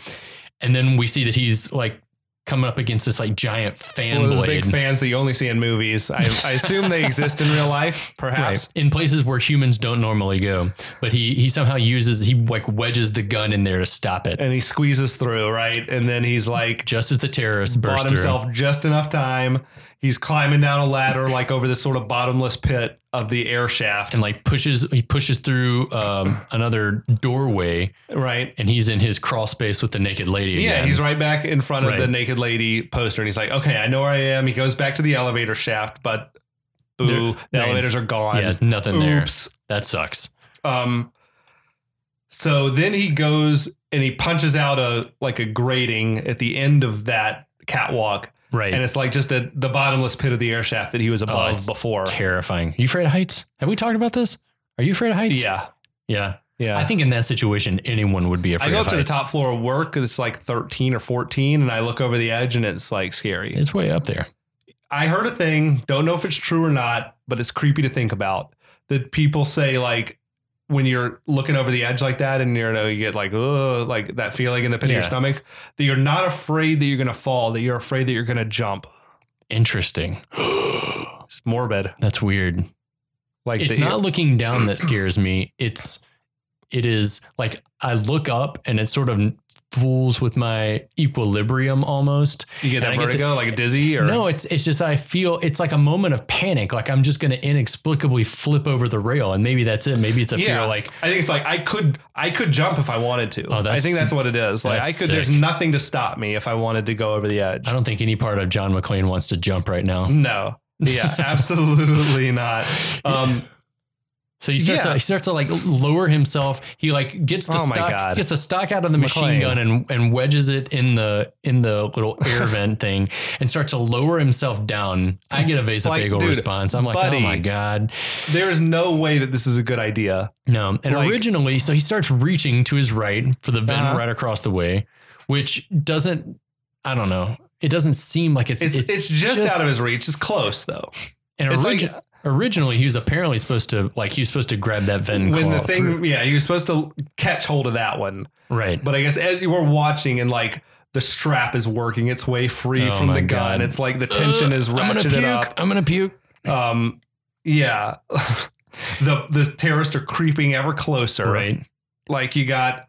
and then we see that he's like coming up against this like giant fan one of those blade. big fans that you only see in movies. I, I assume they exist in real life, (laughs) perhaps. Right. In places where humans don't normally go, but he he somehow uses he like wedges the gun in there to stop it. And he squeezes through, right? And then he's like just as the terrorists burst bought through. himself just enough time. He's climbing down a ladder, like over this sort of bottomless pit of the air shaft, and like pushes he pushes through um, another doorway right? and he's in his crawl space with the naked lady Yeah, again. he's right back in front of Right. the naked lady poster, and he's like, "Okay, I know where I am." He goes back to the elevator shaft, but ooh, They're- the they're- elevators are gone. yeah nothing there Oops. that sucks Um. So then he goes and he punches out a like a grating at the end of that catwalk, right Oh, and it's like just a, the bottomless pit of the air shaft that he was above it's before. terrifying you afraid of heights have we talked about this are you afraid of heights Yeah, yeah yeah. i think in that situation anyone would be afraid I go of up to the heights. top floor of work. It's like thirteen or fourteen, and I look over the edge, and it's like scary. it's way up there I heard a thing, don't know if it's true or not, but it's creepy to think about that people say like when you're looking over the edge like that and you're, you know, you get like, ugh, like that feeling in the pit of your Yeah. stomach, that you're not afraid that you're going to fall, that you're afraid that you're going to jump. (gasps) interesting It's morbid. that's weird Like it's that not looking down that scares me it's it is like i look up and it sort of fools with my equilibrium almost you, you get that and I get vertigo, like dizzy or No, it's it's just I feel it's like a moment of panic. Like I'm just going to inexplicably flip over the rail, and maybe that's it. Maybe it's a Yeah. fear like I think it's like I could I could jump if I wanted to. Oh, I that's- think that's what it is. Like I could that's there's sick. nothing to stop me if I wanted to go over the edge. I don't think any part of John McClane wants to jump right now. No. (laughs) Yeah, absolutely not. Um So he starts Yeah. to, he starts to like lower himself. He like gets the Oh my stock God. gets the stock out of the machine McClane. gun and and wedges it in the in the little (laughs) air vent thing and starts to lower himself down. I get a vasovagal dude, response. I'm like, oh buddy. my god, There is no way that this is a good idea. No. And Like- originally, so he starts reaching to his right for the vent Uh-huh. right across the way, which doesn't, I don't know. It doesn't seem like it's, It's it- it's, just, just- out of his reach. It's close though. and it's origi- like- originally he was apparently supposed to like he was supposed to grab that vent and When claw the it thing, through. yeah, you're supposed to catch hold of that one. right But I guess as you were watching and like the strap is working its way free Oh from the my gun, God. it's like the tension is Uh, I'm gonna puke ratcheted up. I'm gonna puke Um, yeah, (laughs) the the terrorists are creeping ever closer. right Like you got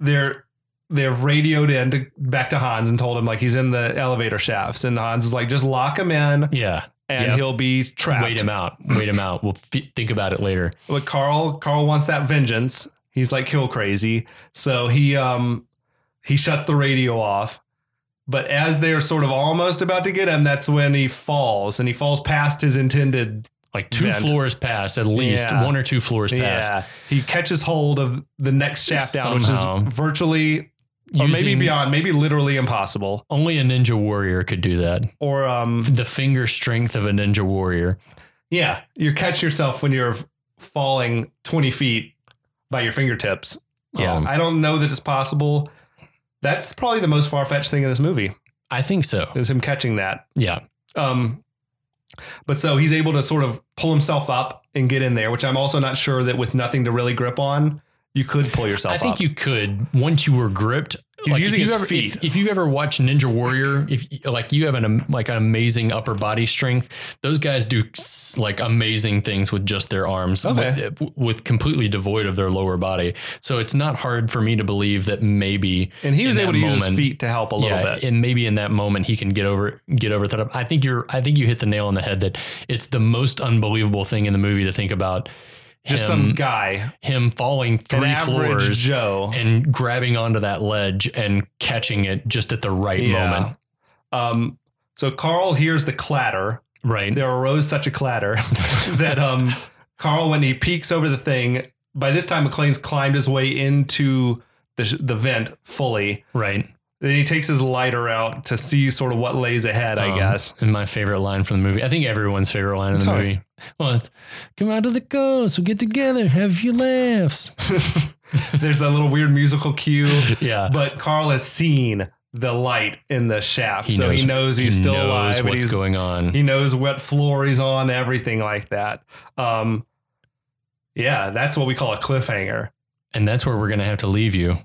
they're they've radioed in to, back to Hans and told him like he's in the elevator shafts, and Hans is like, just lock him in and Yeah. Yep. he'll be trapped. Wait him out. Wait him out. We'll f- think about it later. But Carl, Carl wants that vengeance. He's like kill crazy, so he um he shuts the radio off. But as they're sort of almost about to get him, that's when he falls, and he falls past his intended Like two Vent. floors past, at least Yeah. one or two floors past. Yeah. He catches hold of the next shaft down, Somehow. which is virtually or maybe Using- beyond, maybe literally impossible. Only a ninja warrior could do that. Or um The finger strength of a ninja warrior. yeah, you catch yourself when you're falling 20 feet by your fingertips. Yeah. Um, I don't know that it's possible. That's probably the most far-fetched thing in this movie I think so. is him catching that. Yeah. Um but so he's able to sort of pull himself up and get in there, which I'm also not sure that with nothing to really grip on, you could pull yourself I think up. you could once you were gripped. He's like, if using you've his ever, feet. If, if you've ever watched Ninja Warrior, if like you have an am- like an amazing upper body strength, those guys do s- like amazing things with just their arms, Okay. with, eh, with completely devoid of their lower body. So it's not hard for me to believe that maybe and he was in able to that use his moment- feet to help a little yeah, bit. and maybe in that moment he can get over get over that. I think you're I think you hit the nail on the head that it's the most unbelievable thing in the movie to think about. just him, some guy, him falling an three average floors Joe. and grabbing onto that ledge and catching it just at the right Yeah. moment. Um, so Carl hears the clatter. Right. (laughs) There arose such a clatter (laughs) that um, Carl, when he peeks over the thing, by this time McLean's climbed his way into the sh- the vent fully. Right. Then he takes his lighter out to see sort of what lays ahead. I Um, guess. (laughs) And my favorite line from the movie. I think everyone's favorite line in the Oh. movie. Well, it's come out of the coast, we'll get together, have a few laughs. There's that little weird musical cue, yeah. but Carl has seen the light in the shaft, He so knows- he knows he's still knows alive. and What's he's, going on? He knows what floor he's on, everything like that. Um, yeah, that's what we call a cliffhanger. and that's where we're gonna have to leave you.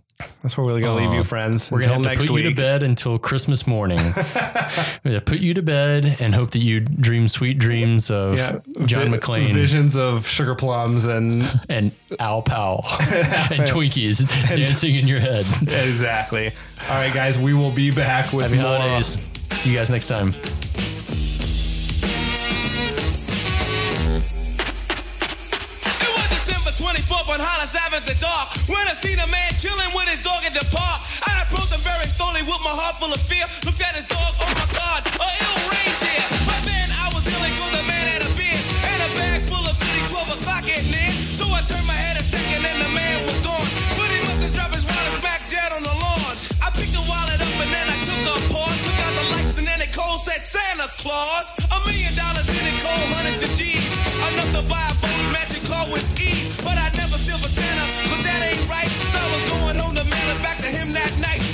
That's where we're gonna leave Aw. you, friends. We're gonna Until have to put you (laughs) to bed until Christmas morning. We're gonna put you to bed and hope that you dream sweet dreams of yeah, John vi- McClane Visions of sugar plums and (laughs) and Al Powell (laughs) and Twinkies dancing in your head. exactly. All right, guys, we will be back with Happy more. holidays. See you guys next time. It was December 24th on Hollis Avenue, the dark. When I seen a man chilling with his dog at the park, I approached him very slowly with my heart full of fear. Looked at his dog, oh my God, a ill reindeer. But then I was ill and the man had a beard and a bag full of bitty 12 o'clock at night. So I turned my head a second and the man was gone. But he must have dropped his wallet smack dead on the lawn. I picked the wallet up and then I took the pawn, took out the lights and then it cold said Santa Claus. A million dollars in it cold, hundreds of G's. Enough to buy a boat, magic car with ease. But I never feel for Santa, cause that ain't right. So I was going home to mail it back to him that night.